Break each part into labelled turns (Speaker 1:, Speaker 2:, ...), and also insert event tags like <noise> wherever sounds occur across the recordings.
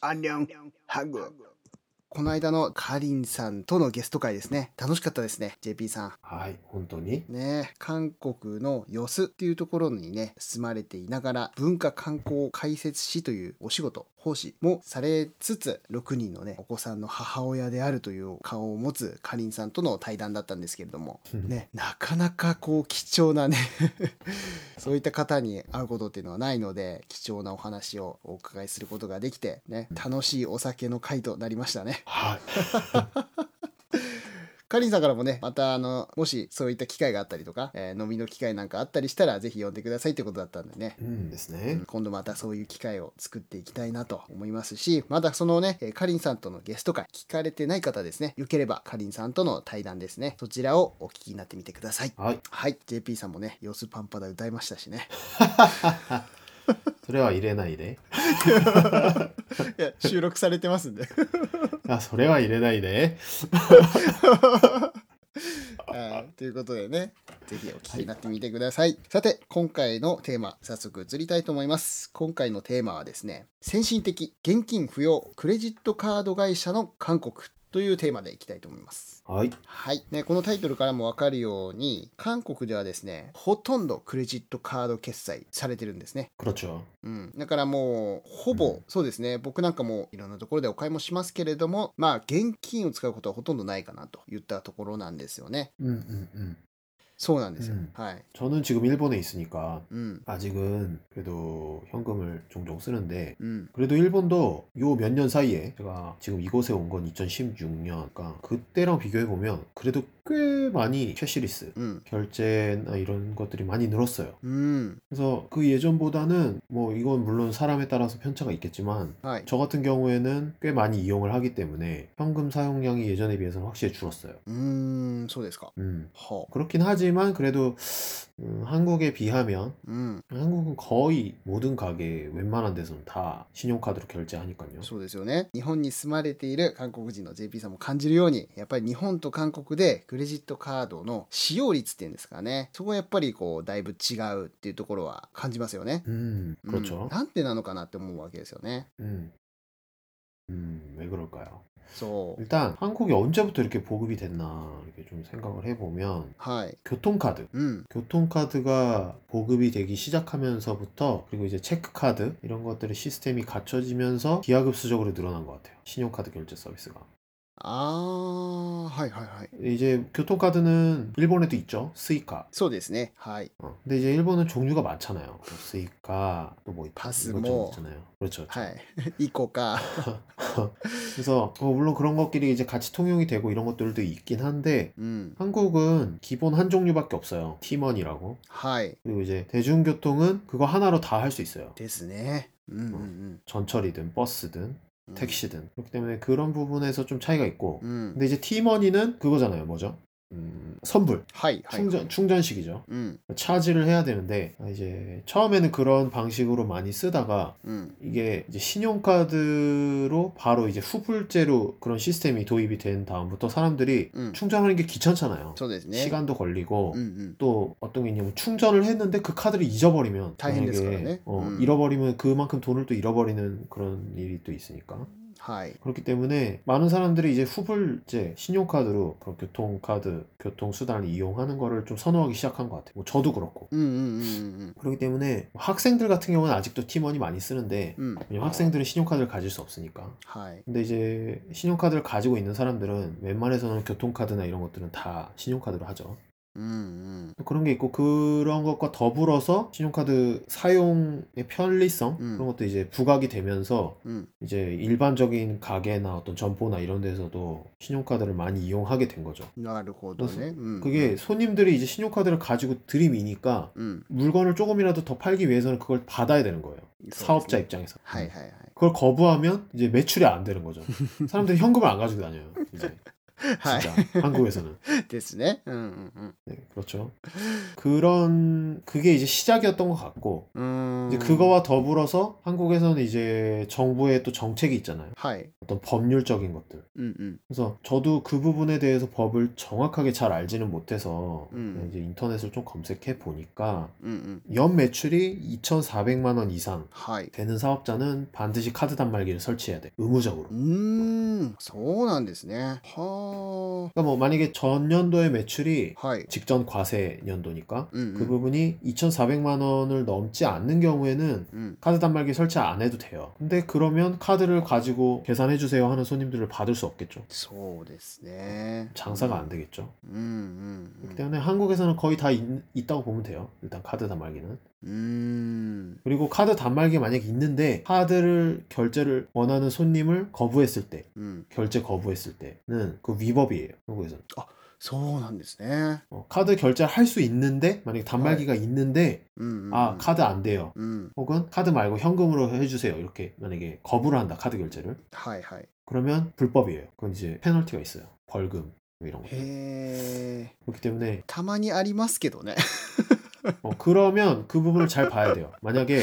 Speaker 1: 안녕ハグこの間のかりんさんとのゲスト会ですね楽しかったですね JP さん
Speaker 2: はい、本当に。
Speaker 1: ねえ韓国のヨスっていうところにね住まれていながら文化観光解説士というお仕事奉仕もされつつ6人のねお子さんの母親であるという顔を持つかりんさんとの対談だったんですけれ
Speaker 2: <laughs>
Speaker 1: どもねなかなかこう貴重なね <laughs> そういった方に会うことっていうのはないので貴重なお話をお伺いすることができてね楽しいお酒の会となりましたね。
Speaker 2: はい。
Speaker 1: かりんさんからもね、またあの、もしそういった機会があったりとか、えー飲みの機会なんかあったりしたら、ぜひ呼んでくださいってことだったんでね。
Speaker 2: うんです
Speaker 1: うん
Speaker 2: ね。
Speaker 1: 今度またそういう機会を作っていきたいなと思いますし、またそのね、えーかりんさんとのゲスト会、聞かれてない方ですね、よければかりんさんとの対談ですね、そちらをお聞きになってみてください。
Speaker 2: はい。
Speaker 1: はい、JP さんもね、様子パンパだ歌いましたしね。
Speaker 2: それは入れないで。
Speaker 1: <laughs> いや、収録されてますんで。
Speaker 2: あ、それは入れないで。
Speaker 1: はいということでね、ぜひお聞きになってみてください。さて、今回のテーマ、早速移りたいと思います。今回のテーマはですね、先進的、現金不要、クレジットカード会社の韓国というテーマでいきたいと思います。
Speaker 2: はい。
Speaker 1: はい、ね、このタイトルからも分かるように韓国ではですねほとんどクレジットカード決済されてるんですね、
Speaker 2: クロチョ。
Speaker 1: うん、だからもうほ
Speaker 2: う
Speaker 1: ぼ、
Speaker 2: ん
Speaker 1: そうですね僕なんかもいろんなところでお買いもしますけれどもまあ現金を使うことはほとんどないかなといったところなんですよね
Speaker 2: 음, 음, 음.
Speaker 1: そうなんですよ、
Speaker 2: うん
Speaker 1: はい、
Speaker 2: 저는 지금 일본에 있으니까
Speaker 1: うん、
Speaker 2: 아직은 그래도 현금을 종종 쓰는데
Speaker 1: うん、
Speaker 2: 그래도 일본도 요 몇 년 사이에 제가 지금 이곳에 온 건 2016년 그러니까 그때랑 비교해 보면 그래도 꽤 많이 캐시리스
Speaker 1: うん、
Speaker 2: 결제나 이런 것들이 많이 늘었어요.
Speaker 1: うん、
Speaker 2: 그래서 그 예전보다는 뭐 이건 물론 사람에 따라서 편차가 있겠지만
Speaker 1: はい、
Speaker 2: 저 같은 경우에는 꽤 많이 이용을 하기 때문에 현금 사용량이 예전에 비해서는 확실히 줄었어요.
Speaker 1: うーん、そうですか。
Speaker 2: 음.
Speaker 1: はあ、
Speaker 2: 그렇긴 하지만 그래도 음, 한국에 비하면
Speaker 1: うん、
Speaker 2: 한국은 거의 모든 가게 웬만한 데서는 다 신용카드로 결제하니까요.
Speaker 1: そうですよね日本に住まれている韓国人の JP さんも感じるようにやっぱり日本と韓国でクレジットカードの使用率っていうんですかねそこはやっぱりこうだいぶ違うっていうところは感じますよね。
Speaker 2: 음,
Speaker 1: うん
Speaker 2: 그렇죠.
Speaker 1: なんでなのかなって思うわけですよね。
Speaker 2: 음. 음, 왜 그럴까요?
Speaker 1: そう。
Speaker 2: 일단 한국이 언제부터 이렇게 보급이 됐나 이렇게 좀 생각을 해보면
Speaker 1: はい。
Speaker 2: 교통카드
Speaker 1: うん。
Speaker 2: 교통카드가 보급이 되기 시작하면서부터 그리고 이제 체크카드 이런 것들의 시스템이 갖춰지면서 기하급수적으로 늘어난 것 같아요. 신용카드 결제 서비스가.
Speaker 1: あー、はいはいはい。
Speaker 2: 이제 교통카드는 일본에도 있죠. 스이카.
Speaker 1: そうですね。はい。
Speaker 2: 어. 근데 이제 일본은 종류가 많잖아요. 뭐 스이카 또뭐
Speaker 1: 파스모.
Speaker 2: 있잖아요. 그렇죠.
Speaker 1: はい。以降か。
Speaker 2: 그래서 어, 물론 그런 것끼리 이제 같이 통용이 되고 이런 것들도 있긴 한데
Speaker 1: うん。
Speaker 2: 한국은 기본 한 종류밖에 없어요. 티먼이라고.
Speaker 1: はい。
Speaker 2: 그리고 이제 대중교통은 그거 하나로 다 할 수 있어요.
Speaker 1: ですね。うんうん
Speaker 2: 전철이든 버스든
Speaker 1: うん。
Speaker 2: 택시든 그렇기 때문에 그런 부분에서 좀 차이가 있고
Speaker 1: うん。
Speaker 2: 근데 이제 티머니는 그거잖아요 뭐죠 음, 선불
Speaker 1: はいはい。
Speaker 2: 충전 충전식이죠
Speaker 1: うん。
Speaker 2: 차지를 해야 되는데 아, 이제 처음에는 그런 방식으로 많이 쓰다가
Speaker 1: うん。
Speaker 2: 이게 이제 신용카드로 바로 이제 후불제로 그런 시스템이 도입이 된 다음부터 사람들이
Speaker 1: 음. 네.
Speaker 2: 충전하는 게 귀찮잖아요
Speaker 1: そうですね。
Speaker 2: 시간도 걸리고
Speaker 1: うんうん。
Speaker 2: 또 어떤 게 있냐면 충전을 했는데 그 카드를 잊어버리면
Speaker 1: 다행인
Speaker 2: 만약에,
Speaker 1: 데스가네.
Speaker 2: 어,
Speaker 1: 음.
Speaker 2: 잃어버리면 그만큼 돈을 또 잃어버리는 그런 일이 또 있으니까
Speaker 1: はい。
Speaker 2: 그렇기 때문에 많은 사람들이 이제 후불제 신용카드로 그런 교통카드 교통수단을 이용하는 거를 좀 선호하기 시작한 것 같아요 뭐 저도 그렇고
Speaker 1: うんうんうん
Speaker 2: 그렇기 때문에 학생들 같은 경우는 아직도 팀원이 많이 쓰는데
Speaker 1: うんうん。
Speaker 2: 왜냐면 학생들은 신용카드를 가질 수 없으니까
Speaker 1: はい。
Speaker 2: 근데 이제 신용카드를 가지고 있는 사람들은 웬만해서는 교통카드나 이런 것들은 다 신용카드로 하죠
Speaker 1: うん
Speaker 2: 또 그런 게 있고 그런 것과 더불어서 신용카드 사용의 편리성
Speaker 1: 음.
Speaker 2: 그런 것도 이제 부각이 되면서
Speaker 1: うんうん。
Speaker 2: 이제 일반적인 가게나 어떤 점포나 이런 데서도 신용카드를 많이 이용하게 된 거죠.
Speaker 1: なるほどね。うん、
Speaker 2: 그게 손님들이 이제 신용카드를 가지고 들이미니까
Speaker 1: うん、
Speaker 2: 물건을 조금이라도 더 팔기 위해서는 그걸 받아야 되는 거예요.
Speaker 1: そうですね
Speaker 2: 사업자 입장에서.
Speaker 1: はいはいはい。
Speaker 2: 그걸 거부하면 이제 매출이 안 되는 거죠. 사람들이 현금을 안 가지고 다녀요. 이제
Speaker 1: はい
Speaker 2: 진짜 한국에서는
Speaker 1: ですね。うんうん
Speaker 2: 네, 그렇죠. 그런 그게 이제 시작이었던 것 같고
Speaker 1: うん。うーん
Speaker 2: 이제 그거와 더불어서 한국에서는 이제 정부의 또 정책이 있잖아요.
Speaker 1: はい。
Speaker 2: 어떤 법률적인 것들.
Speaker 1: うんうん。
Speaker 2: 그래서 저도 그 부분에 대해서 법을 정확하게 잘 알지는 못해서
Speaker 1: 음.
Speaker 2: 이제 인터넷을 좀 검색해 보니까
Speaker 1: うんうん。
Speaker 2: 연 매출이 2,400만 원 이상
Speaker 1: はい。
Speaker 2: 되는 사업자는 반드시 카드 단말기를 설치해야 돼. 의무적으로.
Speaker 1: うーん。そうなんですね。は
Speaker 2: 그러니까 뭐 만약에 전년도의 매출이
Speaker 1: あ。はい。
Speaker 2: 직전 과세 연도니까
Speaker 1: うん
Speaker 2: 그
Speaker 1: うん。
Speaker 2: 부분이 2,400만 원을 넘지 않는 경우에는
Speaker 1: うん。
Speaker 2: 카드 단말기 설치 안 해도 돼요. 근데 그러면 카드를 가지고 계산해 주세요 하는 손님들을 받을 수 없겠죠.
Speaker 1: そうですね。
Speaker 2: 장사가 안 되겠죠.
Speaker 1: うんうんうん。
Speaker 2: 그렇기 때문에 한국에서는 거의 다 있, 있다고 보면 돼요. 일단 카드 단말기는.
Speaker 1: うーん。
Speaker 2: 그리고 카드 단말기 만약에 있는데 카드를 결제를 원하는 손님을 거부했을 때,
Speaker 1: うん。
Speaker 2: 결제 거부했을 때는 그 위법이에요. 한국에서는.
Speaker 1: そうなんですね。
Speaker 2: 어, 카드 결제할 수 있는데 만약에 단말기가 있는데
Speaker 1: うんうんうん。
Speaker 2: 아 카드 안 돼요.
Speaker 1: うん。
Speaker 2: 혹은 카드 말고 현금으로 해주세요. 이렇게 만약에 거부를 한다 카드 결제를
Speaker 1: はいはい。
Speaker 2: 그러면 불법이에요. 그건 이제 페널티가 있어요. 벌금 뭐 이런 거.
Speaker 1: 예. へえ。
Speaker 2: 그렇기 때문에
Speaker 1: たまにありますけどね。
Speaker 2: 어, 그러면 그 부분을 잘 봐야 돼요. 만약에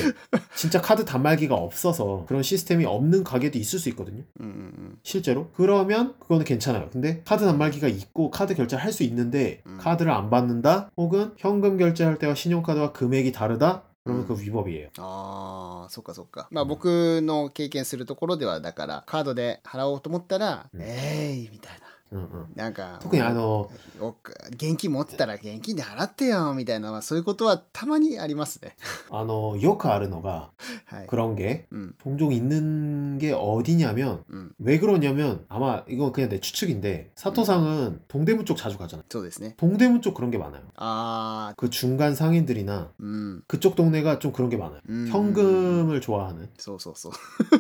Speaker 2: 진짜 카드 단말기가 없어서 그런 시스템이 없는 가게도 있을 수 있거든요.
Speaker 1: <laughs> うんうん
Speaker 2: 실제로 그러면 그거는 괜찮아요. 근데 카드 단말기가 있고 카드 결제할 수 있는데
Speaker 1: 음.
Speaker 2: 카드를 안 받는다 혹은 현금 결제할 때와 신용카드와 금액이 다르다 그러면 그 위법이에요.
Speaker 1: ああ、そっかそっか。まあ僕の経験するところでは、だからカードで払おうと思ったら、
Speaker 2: うん
Speaker 1: えいみたいな。
Speaker 2: 응, 응.
Speaker 1: なんか、
Speaker 2: 어, 특히 아노
Speaker 1: お現金持ってたら現金で払ってよみたいな、まあ、そういうことはたまにありますね。 <laughs>
Speaker 2: 아노 요크 아르노가
Speaker 1: はい。
Speaker 2: 그런 게
Speaker 1: うん。
Speaker 2: 종종 있는 게 어디냐면
Speaker 1: うん。
Speaker 2: 왜 그러냐면 아마 이건 그냥 내 추측인데 사토상은 동대문 쪽 자주 가잖아요.
Speaker 1: そうですね。
Speaker 2: 동대문 쪽 그런 게 많아요.
Speaker 1: ああ、
Speaker 2: 그 중간 상인들이나
Speaker 1: うん。
Speaker 2: 그쪽 동네가 좀 그런 게 많아요.
Speaker 1: うん
Speaker 2: 현금을 좋아하는.
Speaker 1: そうそうそう。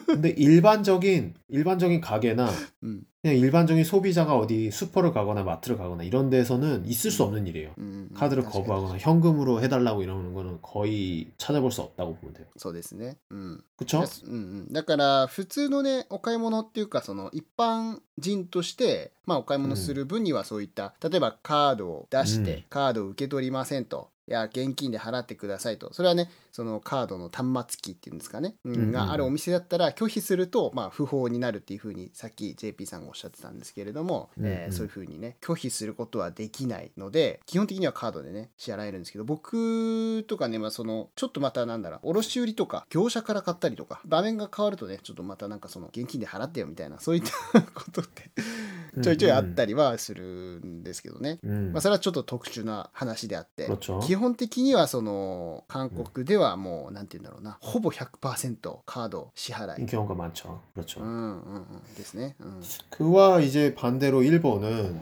Speaker 2: 근데 일반적인 일반적인 가게나
Speaker 1: うん。
Speaker 2: 그냥 일반적인 소비자가 어디 슈퍼를 가거나 마트를 가거나 이런 데서는 있을 수 없는 일이에요.
Speaker 1: うんうん、
Speaker 2: 카드를
Speaker 1: 確かに
Speaker 2: 거부하거나 현금으로 해달라고 이러는 거는 거의 찾아볼 수 없다고 보면 돼요.
Speaker 1: そうですね。うん。
Speaker 2: 그쵸
Speaker 1: うんうん、だから普通のねお買い物っていうかその一般人として、まあ、お買い物する分にはそういった、例えばカードを出して、
Speaker 2: うん
Speaker 1: カードを受け取りませんと。いや現金で払ってくださいとそれはねそのカードの端末機っていうんですかね、うん
Speaker 2: うんうん
Speaker 1: があるお店だったら拒否すると、まあ、不法になるっていうふうにさっき JP さんがおっしゃってたんですけれども、
Speaker 2: うんうん
Speaker 1: えーそういうふうにね拒否することはできないので基本的にはカードでね支払えるんですけど僕とかね、まあ、そのちょっとまたなんだろう卸売とか業者から買ったりとか場面が変わるとねちょっとまたなんかその現金で払ってよみたいなそういったことってちょいちょいあったりはするんですけどね、
Speaker 2: 음.
Speaker 1: まあ、それはちょっと特殊な話であって。
Speaker 2: 그렇죠.
Speaker 1: 基本的にはその韓国ではもうなんて言うんだろうなほぼ100%カード支払
Speaker 2: 이
Speaker 1: い
Speaker 2: 경우가 많죠. 그렇죠.
Speaker 1: うんうんうんですね、うん、
Speaker 2: 그와 이제 반대로 일본은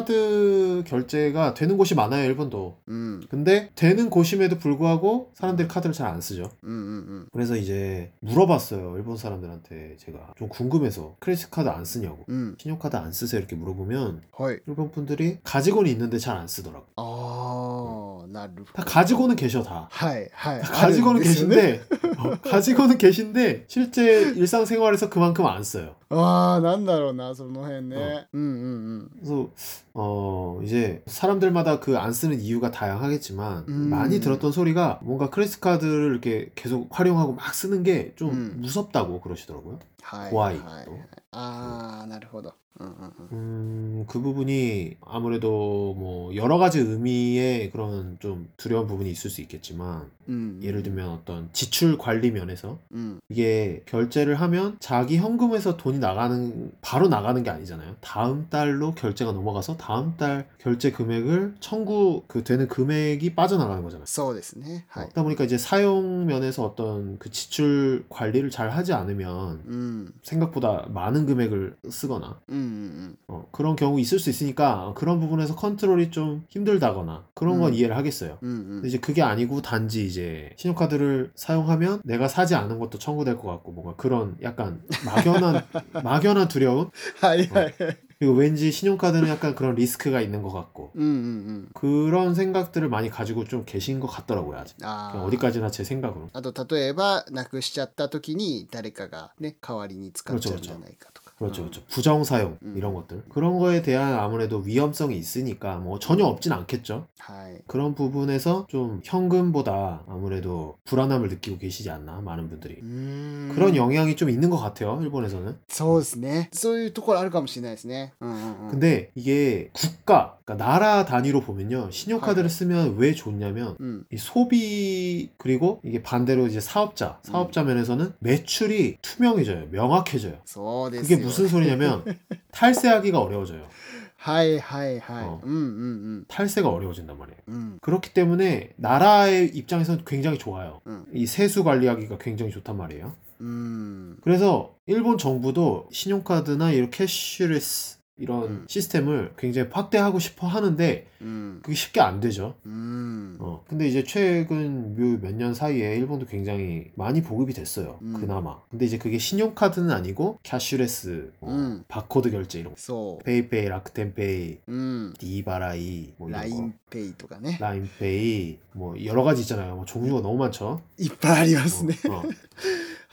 Speaker 2: 카드 결제가 되는 곳이 많아요, 일본도.
Speaker 1: うん、
Speaker 2: 근데 되는 곳임에도 불구하고 사람들이 카드를 잘 안 쓰죠.
Speaker 1: うんうん
Speaker 2: 그래서 이제 물어봤어요, 일본 사람들한테 제가. 좀 궁금해서 크레딧 카드 안 쓰냐고.
Speaker 1: うんうん
Speaker 2: 신용카드 안 쓰세요? 이렇게 물어보면
Speaker 1: はい
Speaker 2: 일본 분들이 가지고는 있는데 잘 안 쓰더라고.
Speaker 1: ああなるほ
Speaker 2: 다
Speaker 1: ど
Speaker 2: 가지고는 계셔 다.
Speaker 1: はい <laughs> はい
Speaker 2: 다 가지고는
Speaker 1: あるんですよね
Speaker 2: 계신데 어, 가지고는 계신데 실제 일상생활에서 그만큼 안 써요.
Speaker 1: ああなんだろうなその辺ね、うんうん
Speaker 2: 그래서 어 이제 사람들마다 그 안 쓰는 이유가 다양하겠지만
Speaker 1: 음.
Speaker 2: 많이 들었던 소리가 뭔가 크레딧 카드를 이렇게 계속 활용하고 막 쓰는 게 좀
Speaker 1: 음.
Speaker 2: 무섭다고 그러시더라고요.
Speaker 1: はい
Speaker 2: 怖い
Speaker 1: はい
Speaker 2: と
Speaker 1: ああなるほどうんうんうん
Speaker 2: 음, 그 부분이 아무래도 뭐 여러 가지 의미의 그런 좀 두려운 부분이 있을 수 있겠지만
Speaker 1: うんうん
Speaker 2: 예를 들면 어떤 지출 관리 면에서
Speaker 1: うん
Speaker 2: 이게 결제를 하면 자기 현금에서 돈이 나가는 바로 나가는 게 아니잖아요. 다음 달로 결제가 넘어가서 다음 달 결제 금액을 청구 그 되는 금액이 빠져나가는 거잖아요.
Speaker 1: そうですねはい
Speaker 2: 그러다 보니까 이제 사용 면에서 어떤 그 지출 관리를 잘 하지 않으면
Speaker 1: うん、
Speaker 2: 생각보다 많은 금액을 쓰거나
Speaker 1: うんうんうん、
Speaker 2: 어, 그런 경우 있을 수 있으니까 그런 부분에서 컨트롤이 좀 힘들다거나 그런 건
Speaker 1: 음.
Speaker 2: 이해를 하겠어요.
Speaker 1: うんうん
Speaker 2: 근데 이제 그게 아니고 단지 이제 신용카드를 사용하면 내가 사지 않은 것도 청구될 것 같고 뭔가 그런 약간 막연한 막연한 두려움
Speaker 1: はいはいはい
Speaker 2: 그리고 왠지 신용카드는 약간 그런 리스크가 있는 것 같고
Speaker 1: うんうん
Speaker 2: 그런 생각들을 많이 가지고 좀 계신 것 같더라고요 아직
Speaker 1: うんあ
Speaker 2: 그냥
Speaker 1: あ
Speaker 2: 어디까지나 제 생각으로
Speaker 1: あと例えばなくしちゃった時に誰かがね代わりに使っちゃうんじゃないかとか。
Speaker 2: 그렇죠,
Speaker 1: 어.
Speaker 2: 그렇죠. 부정 사용
Speaker 1: 음.
Speaker 2: 이런 것들 그런 거에 대한 아무래도 위험성이 있으니까 뭐 전혀 없진 않겠죠.
Speaker 1: はい。
Speaker 2: 그런 부분에서 좀 현금보다 아무래도 불안함을 느끼고 계시지 않나 많은 분들이
Speaker 1: うーん
Speaker 2: 그런 영향이 좀 있는 것 같아요 일본에서는.
Speaker 1: そうですね。そういうところあるかもしれないですね。うんうんうん。
Speaker 2: 음. 근데 이게 국가, 그러니까 나라 단위로 보면요 신용카드를 쓰면 왜 좋냐면
Speaker 1: うん。
Speaker 2: 이 소비 그리고 이게 반대로 이제 사업자 사업자 면에서는 매출이 투명해져요 명확해져요
Speaker 1: そうです
Speaker 2: 그게
Speaker 1: よ。
Speaker 2: 무슨 소리냐면 탈세하기가 어려워져요
Speaker 1: はいはいはい。
Speaker 2: 어
Speaker 1: うんうん
Speaker 2: 탈세가 어려워진단 말이에요
Speaker 1: うん。うん
Speaker 2: 그렇기 때문에 나라의 입장에서는 굉장히 좋아요
Speaker 1: 응.
Speaker 2: 이 세수 관리하기가 굉장히 좋단 말이에요
Speaker 1: うん。
Speaker 2: 그래서 일본 정부도 신용카드나 이런 캐시리스 이런
Speaker 1: 음.
Speaker 2: 시스템을 굉장히 확대하고 싶어 하는데
Speaker 1: うん。
Speaker 2: 그게 쉽게 안 되죠
Speaker 1: うん。
Speaker 2: 어, 근데 이제 최근 몇 년 사이에 일본도 굉장히 많이 보급이 됐어요.
Speaker 1: 음.
Speaker 2: 그나마. 근데 이제 그게 신용카드는 아니고 캐시레스, 어,
Speaker 1: 음.
Speaker 2: 바코드 결제 이런 거.
Speaker 1: そ
Speaker 2: 페이페이, 락텐페이,
Speaker 1: う。うん。
Speaker 2: 디바라이, 뭐 이런 거.
Speaker 1: 라인페이 とかね。
Speaker 2: 라인페이, 뭐 여러 가지 있잖아요. 뭐 종류가 너무 많죠.
Speaker 1: いっぱいありますね。
Speaker 2: 어, 어.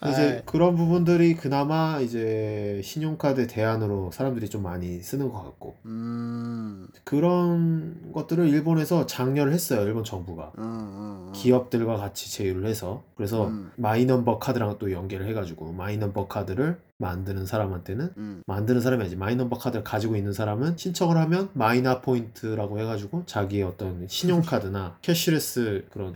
Speaker 1: は <laughs>
Speaker 2: 이제
Speaker 1: い。
Speaker 2: 그런 부분들이 그나마 이제 신용카드 대안으로 사람들이 좀 많이 쓰는 것 같고
Speaker 1: うーん。
Speaker 2: 그런 것들을 일본에서 장려를 했어요. 일본 정부가.
Speaker 1: うんうんうん。
Speaker 2: 기업들과 같이 제휴를 해서 그래서
Speaker 1: 아. 음.
Speaker 2: 마이넘버 카드랑 또 연계를 해가지고 마이넘버 카드를 만드는 사람한테는
Speaker 1: うん。
Speaker 2: 만드는 사람이 아니지 마이넘버 카드를 가지고 있는 사람은 신청을 하면 마이너 포인트라고 해가지고 자기의 어떤
Speaker 1: <laughs>
Speaker 2: 신용카드나 캐시레스 그런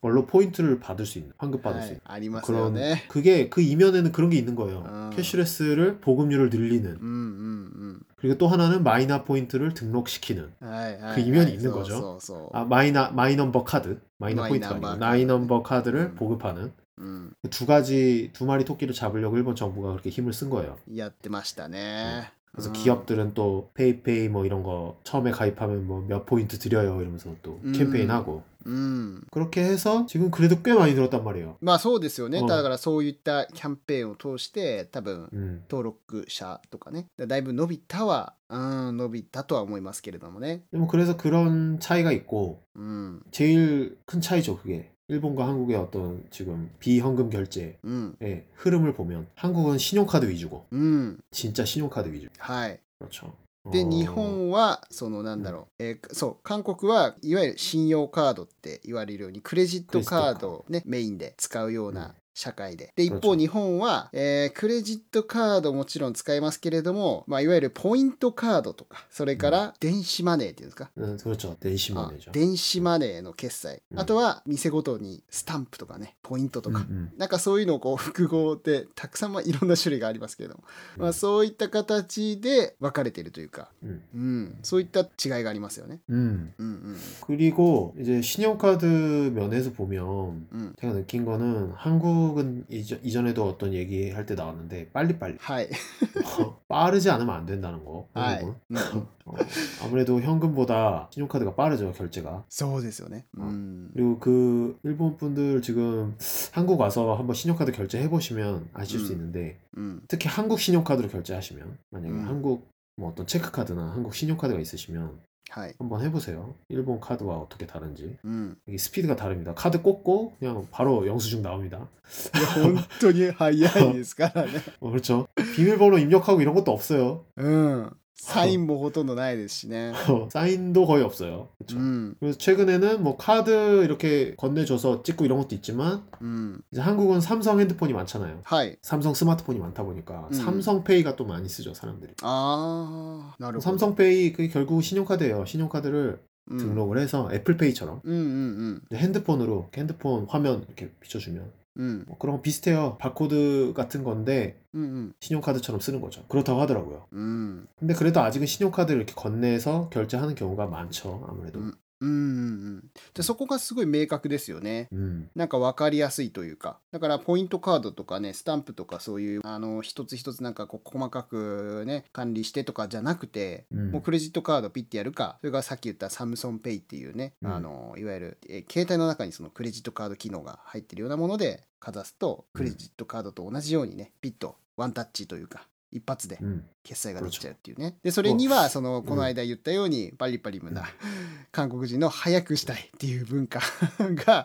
Speaker 2: 걸로 포인트를 받을 수 있는 환급
Speaker 1: は
Speaker 2: 받을 수
Speaker 1: い
Speaker 2: 있는
Speaker 1: ありますよ
Speaker 2: 그런
Speaker 1: ね。
Speaker 2: 그게 그 이면에는 그런 게 있는 거예요
Speaker 1: 네. 아.
Speaker 2: 캐시레스를 보급률을 늘리는
Speaker 1: うんうん
Speaker 2: 그리고 또 하나는 마이너 포인트를 등록시키는
Speaker 1: うん。はいはいはい。
Speaker 2: 그 이면이 있는 거죠.
Speaker 1: そうそうそ
Speaker 2: 아 마이너 마이넘버 카드 마이너
Speaker 1: 마이넘버
Speaker 2: 포인트가 아니고
Speaker 1: 카드.
Speaker 2: 마이넘버 카드를
Speaker 1: 음.
Speaker 2: 보급하는
Speaker 1: う。うん。
Speaker 2: 두 가지 두 마리 토끼를 잡으려고 일본 정부가 그렇게 힘을 쓴 거예요.
Speaker 1: やってましたね。
Speaker 2: 그래서
Speaker 1: 음.
Speaker 2: 기업들은 또 페이페이 뭐 이런 거 처음에 가입하면 뭐 몇 포인트 드려요 이러면서 또
Speaker 1: 음.
Speaker 2: 캠페인하고
Speaker 1: うん。
Speaker 2: 그렇게 해서 지금 그래도 꽤 많이 들었단 말이에요.
Speaker 1: まあそうですよね。
Speaker 2: うん
Speaker 1: だからそういったキャンペーンを通して多分
Speaker 2: 음.
Speaker 1: 登録者とかね。だいぶ伸びたは、うん、伸びたとは思いますけれどもね。
Speaker 2: 뭐 그래서 그런 차이가 있고
Speaker 1: うん。
Speaker 2: 제일 큰 차이죠 그게 일본과 한국의 어떤 지금 비현금 결제의
Speaker 1: うん。
Speaker 2: 흐름을 보면 한국은 신용카드 위주고
Speaker 1: うん。
Speaker 2: 진짜 신용카드 위주.
Speaker 1: はい。
Speaker 2: 그렇죠.
Speaker 1: で、
Speaker 2: 어,
Speaker 1: 日本は、そのなんだろう、えーそう、韓国はいわゆる信用カードって言われるように、クレジットカードをね、メインで使うよう
Speaker 2: うん
Speaker 1: な社会で。で、一
Speaker 2: そう
Speaker 1: 方
Speaker 2: そう
Speaker 1: 日本は、えークレジットカードもちろん使いますけれども、まあ、いわゆるポイントカードとか、それから電子マネーっていうんですか。
Speaker 2: 음, 그렇죠. 내시면
Speaker 1: あ
Speaker 2: 되죠.
Speaker 1: 電子マネーの決済、
Speaker 2: うん
Speaker 1: あとは店ごとにスタンプとかねポイントと
Speaker 2: 음,
Speaker 1: か、
Speaker 2: 음.
Speaker 1: なんかそういうのをこう複合でたくさんまあいろんな種類がありますけれども、まあ、そういった形で分かれているというか、
Speaker 2: うん
Speaker 1: そういった違いがありますよね。
Speaker 2: 음.
Speaker 1: うん
Speaker 2: 그리고 이제 신용카드 면에서 보면
Speaker 1: うんうん、
Speaker 2: 제가 느낀 거는 한국은 이전, 이전에도 어떤 얘기할 때 나왔는데
Speaker 1: <laughs>
Speaker 2: 빨리빨리
Speaker 1: はい、
Speaker 2: 빠르지 않으면 안 된다는 거
Speaker 1: はい
Speaker 2: 한국은.
Speaker 1: うんうん、
Speaker 2: 어, 아무래도 현금보다 신용카드가 빠르죠 결제가
Speaker 1: そうですよね。 <laughs> うん、
Speaker 2: 그리고 그 일본 분들 지금 한국 와서 한번 신용카드 결제해 보시면 아실 수
Speaker 1: 음.
Speaker 2: 있는데
Speaker 1: うん、
Speaker 2: 특히 한국 신용카드로 결제하시면 만약에
Speaker 1: 음.
Speaker 2: 한국 뭐 어떤 체크카드나 한국 신용카드가 있으시면
Speaker 1: はい、
Speaker 2: 한번 해보세요 일본 카드와 어떻게 다른지
Speaker 1: うん、
Speaker 2: 이 스피드가 다릅니다. 카드 꽂고 그냥 바로 영수증 나옵니다.
Speaker 1: いや本当に早いですからね。
Speaker 2: 어, 그렇죠. 비밀번호 입력하고 이런 것도 없어요.
Speaker 1: <laughs> うん、サインもほとんどないですしね。
Speaker 2: 어, 사인도 거의 없어요.
Speaker 1: う
Speaker 2: 그렇죠.
Speaker 1: ん、
Speaker 2: 그래서 최근에는 뭐 카드 이렇게 건네줘서 찍고 이런 것도 있지만
Speaker 1: うん、
Speaker 2: 이제 한국은 삼성 핸드폰이 많잖아요.
Speaker 1: はい、
Speaker 2: 삼성 스마트폰이 많다 보니까
Speaker 1: 음.
Speaker 2: 삼성페이가 또 많이 쓰죠 사람들이.
Speaker 1: ああ、なるほど。
Speaker 2: 삼성페이 그 결국 신용카드예요. 신용카드를
Speaker 1: うん、
Speaker 2: 등록을 해서 애플페이처럼
Speaker 1: うんうん
Speaker 2: 이제 핸드폰으로 핸드폰 화면 이렇게 비춰주면
Speaker 1: うんうん
Speaker 2: 뭐 그런 거 비슷해요. 바코드 같은 건데
Speaker 1: うん
Speaker 2: 신용카드처럼 쓰는 거죠. 그렇다고 하더라고요.
Speaker 1: うん
Speaker 2: 근데 그래도 아직은 신용카드를 이렇게 건네서 결제하는 경우가 많죠. 아무래도.
Speaker 1: 음. うんうんでそこがすごい明確ですよね。
Speaker 2: 음.
Speaker 1: なんか分かりやすいというかだからポイントカードとかねスタンプとかそういうあの一つ一つなんかこう細かくね管理してとかじゃなくて
Speaker 2: 음.
Speaker 1: もうクレジットカードピッてやるかそれからさっき言ったサムソンペイっていうね、
Speaker 2: うん
Speaker 1: あのいわゆる、えー携帯の中にそのクレジットカード機能が入ってるようなものでかざすとクレジットカードと同じようにねピッとワンタッチというか一発で
Speaker 2: 음.
Speaker 1: 決済ができちゃうっていうね。で、それには、その、この間言ったように、パリパリムな、 <laughs> 韓国人の早くしたいっていう文化が、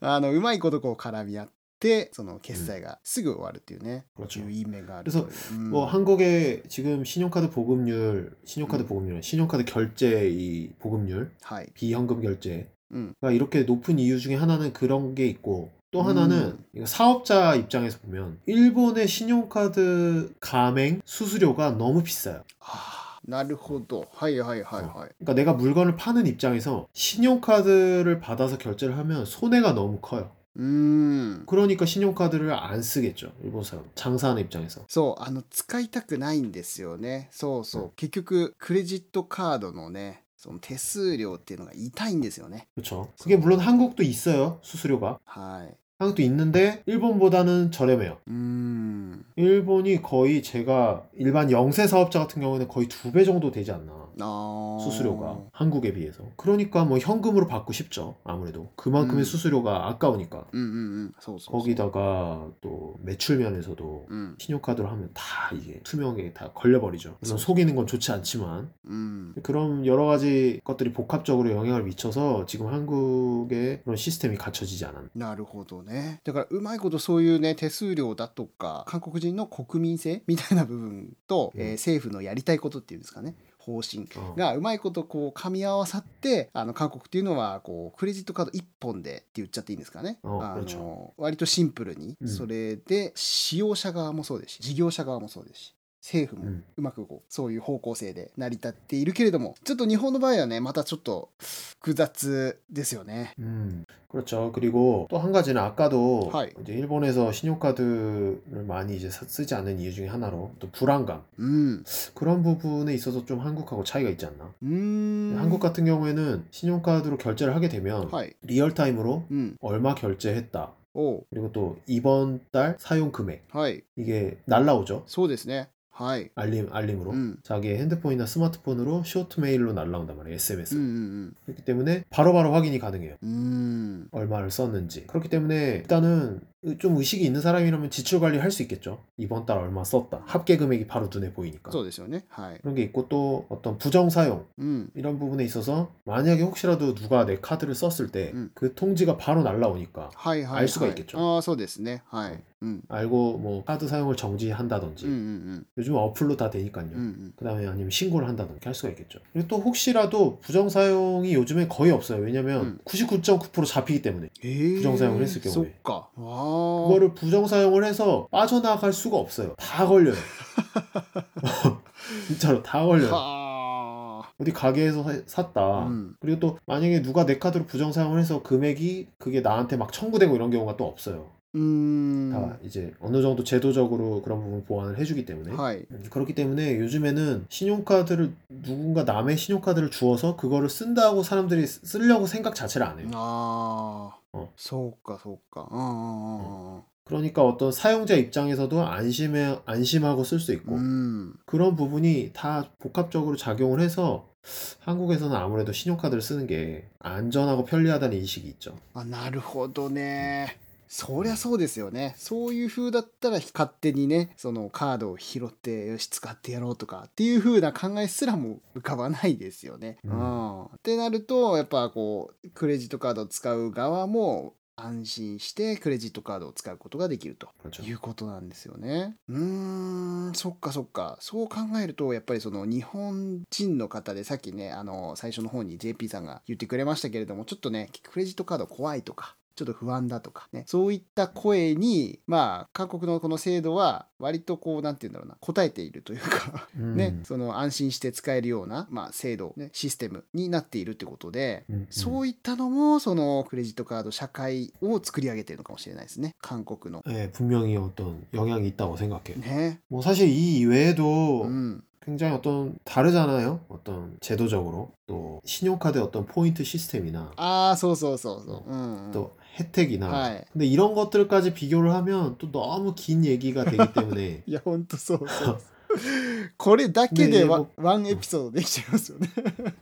Speaker 1: あの、うまいことこう絡み合っってその決済がすぐ終わるっていうね、
Speaker 2: 그렇죠.
Speaker 1: 유의미가
Speaker 2: 그래서 뭐 한국의 지금 신용카드 보급률, 신용카드
Speaker 1: 음.
Speaker 2: 보급률, 신용카드 결제 이 보급률,
Speaker 1: 하이
Speaker 2: 비현금 결제가
Speaker 1: 음.
Speaker 2: 이렇게 높은 이유 중에 하나는 그런 게 있고 또 하나는
Speaker 1: 음.
Speaker 2: 이거 사업자 입장에서 보면 일본의 신용카드 가맹 수수료가 너무 비싸요.
Speaker 1: 아, なるほどはいはいはいはい
Speaker 2: 그러니까 내가 물건을 파는 입장에서 신용카드를 받아서 결제를 하면 손해가 너무 커요.
Speaker 1: うん
Speaker 2: 그러니까 신용카드를 안 쓰겠죠. 일본 사람 장사하는 입장에서.
Speaker 1: そうあの使いたくないんですよねそうそう、
Speaker 2: うん
Speaker 1: 結局クレジットカードのねその手数料っていうのが痛いんですよね
Speaker 2: 그렇죠. 그게 물론 한국도 있어요. 수수료가.
Speaker 1: はい
Speaker 2: 한국도 있는데 일본보다는 저렴해요.
Speaker 1: うーん
Speaker 2: 일본이 거의 제가 일반 영세 사업자 같은 경우에는 거의 두 배 정도 되지 않나. 어.
Speaker 1: あー
Speaker 2: 수수료가 한국에 비해서. 그러니까 뭐 현금으로 받고 싶죠. 아무래도 그만큼의
Speaker 1: 음.
Speaker 2: 수수료가 아까우니까.
Speaker 1: うんうんうんそうそうそう
Speaker 2: 거기다가 또 매출 면에서도
Speaker 1: うん、
Speaker 2: 신용카드로 하면 다 이게 투명하게 다 걸려버리죠. 그래서 속이는 건 좋지 않지만
Speaker 1: うん、
Speaker 2: 그런 여러 가지 것들이 복합적으로 영향을 미쳐서 지금 한국의 그런 시스템이 갖춰지지 않았나.
Speaker 1: なるほどねだからうまいことそういうね手数料だとか韓国人の国民性みたいな部分と、
Speaker 2: うん
Speaker 1: えー政府のやりたいことっていうんですかね方針
Speaker 2: 어.
Speaker 1: がうまいことこう噛み合わさってあの韓国っていうのはこうクレジットカード1本でって言っちゃっていいんですかね、
Speaker 2: あ
Speaker 1: あ
Speaker 2: もちろ
Speaker 1: の割とシンプルに、
Speaker 2: うん
Speaker 1: それで使用者側もそうですし事業者側もそうですし政府
Speaker 2: う
Speaker 1: も
Speaker 2: ん
Speaker 1: うまくこうそういう方向性で成り立っているけれどもちょっと日本の場合はねまたちょっと複雑ですよね。
Speaker 2: 음, 그렇죠. 그리고 또 한 가지는 아까도
Speaker 1: 하이.
Speaker 2: 이제 일본에서 신용카드를 많이 이제 사- 쓰지 않는 이유 중에 하나로 또 불안감
Speaker 1: うん、
Speaker 2: 그런 부분에 있어서 좀 한국하고 차이가 있지 않나.
Speaker 1: うーん
Speaker 2: 한국 같은 경우에는 신용카드로 결제를 하게 되면
Speaker 1: はい、
Speaker 2: 리얼타임으로
Speaker 1: うん、
Speaker 2: 얼마 결제했다.
Speaker 1: おう
Speaker 2: 그리고 또 이번 달 사용 금액
Speaker 1: はい、
Speaker 2: 이게 날라오죠.
Speaker 1: そうですね。はい、
Speaker 2: 알림 알림으로
Speaker 1: うん、
Speaker 2: 자기의 핸드폰이나 스마트폰으로 쇼트 메일로 날라온단 말이에요.
Speaker 1: うん、
Speaker 2: SMS.
Speaker 1: うん、
Speaker 2: 그렇기 때문에 바로바로 확인이 가능해요.
Speaker 1: うん、うーん、
Speaker 2: 얼마를 썼는지. 그렇기 때문에 일단은 좀 의식이 있는 사람이라면 지출 관리 할 수 있겠죠. 이번 달 얼마 썼다. 합계 금액이 바로 눈에 보이니까.
Speaker 1: そうですよね。はい、
Speaker 2: 그런 게 있고 또 어떤 부정 사용
Speaker 1: うん、
Speaker 2: 이런 부분에 있어서 만약에 혹시라도 누가 내 카드를 썼을 때 그
Speaker 1: 음.
Speaker 2: 통지가 바로 날라오니까
Speaker 1: はい、はい、
Speaker 2: 알 수가
Speaker 1: はい
Speaker 2: 있겠죠
Speaker 1: ああ、そうですね。はい、うん、
Speaker 2: 알고 뭐 카드 사용을 정지한다든지
Speaker 1: うん、うん、
Speaker 2: 요즘 어플로 다 되니까요.
Speaker 1: うん、うん、
Speaker 2: 그 다음에 아니면 신고를 한다든지 할 수가 있겠죠. 그리고 또 혹시라도 부정 사용이 요즘에 거의 없어요. 왜냐면
Speaker 1: 음.
Speaker 2: 99.9% 잡히기 때문에
Speaker 1: えー
Speaker 2: 부정사용을했을경우에
Speaker 1: そっか。わあ。
Speaker 2: 그거를 부정 사용을 해서 빠져나갈 수가 없어요. 다 걸려요. 진짜로 다 걸려요.
Speaker 1: はあ。
Speaker 2: 어디 가게에서 사- 샀다.
Speaker 1: うん。
Speaker 2: 그리고 또 만약에 누가 내 카드로 부정 사용을 해서 금액이 그게 나한테 막 청구되고 이런 경우가 또 없어요.
Speaker 1: うーん。
Speaker 2: 다 이제 어느 정도 제도적으로 그런 부분 보완을 해주기 때문에
Speaker 1: はい。
Speaker 2: 음, 그렇기 때문에 요즘에는 신용카드를 누군가 남의 신용카드를 주어서 그거를 쓴다고 사람들이 쓰- 쓰려고 생각 자체를 안 해요.
Speaker 1: ああ、
Speaker 2: うん
Speaker 1: そうかそうか。うんうんうん
Speaker 2: 그러니까 어떤 사용자 입장에서도 안심해 안심하고 쓸 수
Speaker 1: う
Speaker 2: 있고
Speaker 1: ん。うん。
Speaker 2: 그런 부분이 다 복합적으로 작용을 해서 한국에서는 아무래도 신용카드를 쓰는 게 안전하고 편리하다는 인식이 있죠.
Speaker 1: あなるほどね。そりゃそうですよね。そういう風だったら勝手にね、そのカードを拾って、よし、使ってやろうとかっていう風な考えすらも浮かばないですよね。う。
Speaker 2: うんん
Speaker 1: ってなると、やっぱこう、クレジットカードを使う側も安心してクレジットカードを使うことができると。
Speaker 2: 그렇죠.
Speaker 1: いうことなんですよね。うーん、そっかそっか。そう考えると、やっぱりその日本人の方で、さっきね、あの、最初の方に JP さんが言ってくれましたけれども、ちょっとね、クレジットカード怖いとか、ちょっと不安だとかね、そういった声に、まあ、韓国のこの制度は、割とこう、なんて言うんだろうな、答えているというか、
Speaker 2: 음,
Speaker 1: ね、その安心して使えるような、まあ、制度、ね、システムになっているってことで、
Speaker 2: 음, 음.
Speaker 1: そういったのも、そのクレジットカード社会を作り上げているのかもしれないですね。韓国の。
Speaker 2: 네, 분명히 어떤 영향이 있다고 생각해요.
Speaker 1: ね。
Speaker 2: 뭐 사실 이 이외에도
Speaker 1: うん、
Speaker 2: 굉장히 어떤 다르잖아요. 어떤 제도적으로 또 신용카드 어떤 포인트 시스템이나
Speaker 1: ああそうそうそうそう、うんうん、
Speaker 2: 또 혜택이나
Speaker 1: 네.
Speaker 2: 근데 이런 것들까지 비교를 하면 또 너무 긴 얘기가 되기
Speaker 1: <laughs>
Speaker 2: 때문에
Speaker 1: いやほんとそうそう <laughs> これだけでワ,、
Speaker 2: ね
Speaker 1: ワンエピソードできちゃいますよね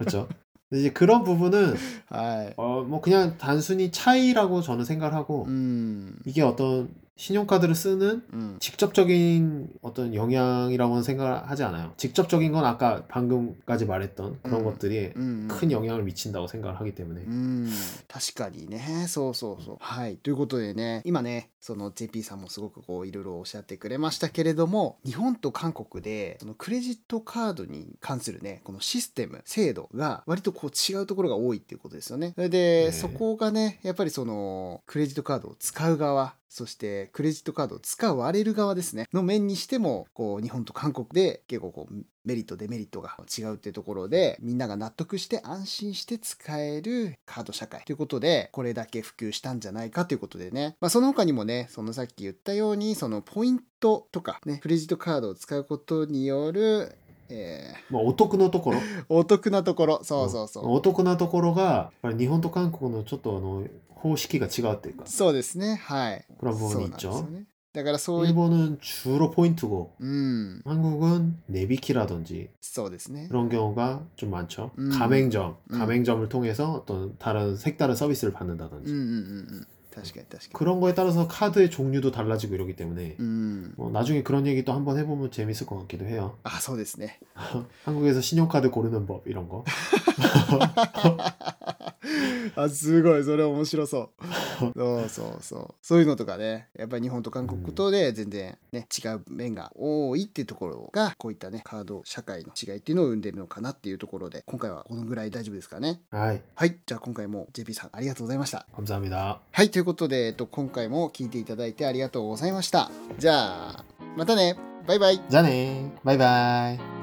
Speaker 2: 그렇죠. 근데 이제 그런 부분은
Speaker 1: <laughs> はい 음.
Speaker 2: 어, 뭐 그냥 단순히 차이라고 저는 생각을 하고
Speaker 1: うん
Speaker 2: 이게 어떤 신용카드를 쓰는
Speaker 1: 음.
Speaker 2: 직접적인 어떤 영향이라고는 생각을 하지 않아요. 직접적인 건 아까 방금까지 말했던 그런
Speaker 1: 음.
Speaker 2: 것들이
Speaker 1: うん
Speaker 2: 큰 영향을 미친다고 생각을 하기 때문에
Speaker 1: うん、確かにねそうそうそうはいということでね今ねその JP さんもすごくこういろいろおっしゃってくれましたけれども日本と韓国でそのクレジットカードに関するねこのシステム制度が割とこう違うところが多いっていうことですよねそれで、
Speaker 2: ね
Speaker 1: そこがねやっぱりそのクレジットカードを使う側そしてクレジットカードを使われる側ですねの面にしてもこう日本と韓国で結構こうメリットデメリットが違うっていうところでみんなが納得して安心して使えるカード社会ということでこれだけ普及したんじゃないかということでね、まあ、その他にもねそのさっき言ったようにそのポイントとかねクレジットカードを使うことによる、え
Speaker 2: まあお得なところ
Speaker 1: ーお得なところそうそうそう、
Speaker 2: お得なところがやっぱり日本と韓国のちょっとあの方式が違うっていうか
Speaker 1: そうですねはい
Speaker 2: 그런부분이
Speaker 1: そうなん
Speaker 2: 있
Speaker 1: です
Speaker 2: 죠
Speaker 1: よねだからそうい
Speaker 2: 일
Speaker 1: う
Speaker 2: 본은 주로 포인트고
Speaker 1: うん、
Speaker 2: 한국은 네비키라든지
Speaker 1: そうですね。
Speaker 2: 그런 경우가 좀 많죠.
Speaker 1: 음.
Speaker 2: 가맹점,
Speaker 1: 음.
Speaker 2: 가맹점을 통해서 어떤 다른 색다른 서비스를
Speaker 1: うんう
Speaker 2: 받는다든지
Speaker 1: んうんうん。確かに確か
Speaker 2: 그런 거에 따라서 카드의 종류도 달라지고 이러기 때문에
Speaker 1: に。うん。
Speaker 2: 뭐 나중에 그런 얘기 또 한번 해보면 재밌을 것 같기도 해요.
Speaker 1: あ、そうですね。
Speaker 2: 한국에서 신용카드 고르는 법 이런
Speaker 1: <laughs>
Speaker 2: 거.
Speaker 1: あ、すごい。それ面白 <laughs> そう。そうそうそう。そういうのとかね。やっぱり日本と韓国とで全然ね、違う面が多いっていうところが、こういったね、カード社会の違いっていうのを生んでるのかなっていうところで、今回はこのぐらい大丈夫ですかね。
Speaker 2: 아이,
Speaker 1: はい。じゃあ今回も JP さんありがとうございました。
Speaker 2: 감사합니다.
Speaker 1: はい。ということで、えっと、今回も聞いていただいてありがとうございました。じゃあ、またね。バイバイ。
Speaker 2: 자네, 바이바이.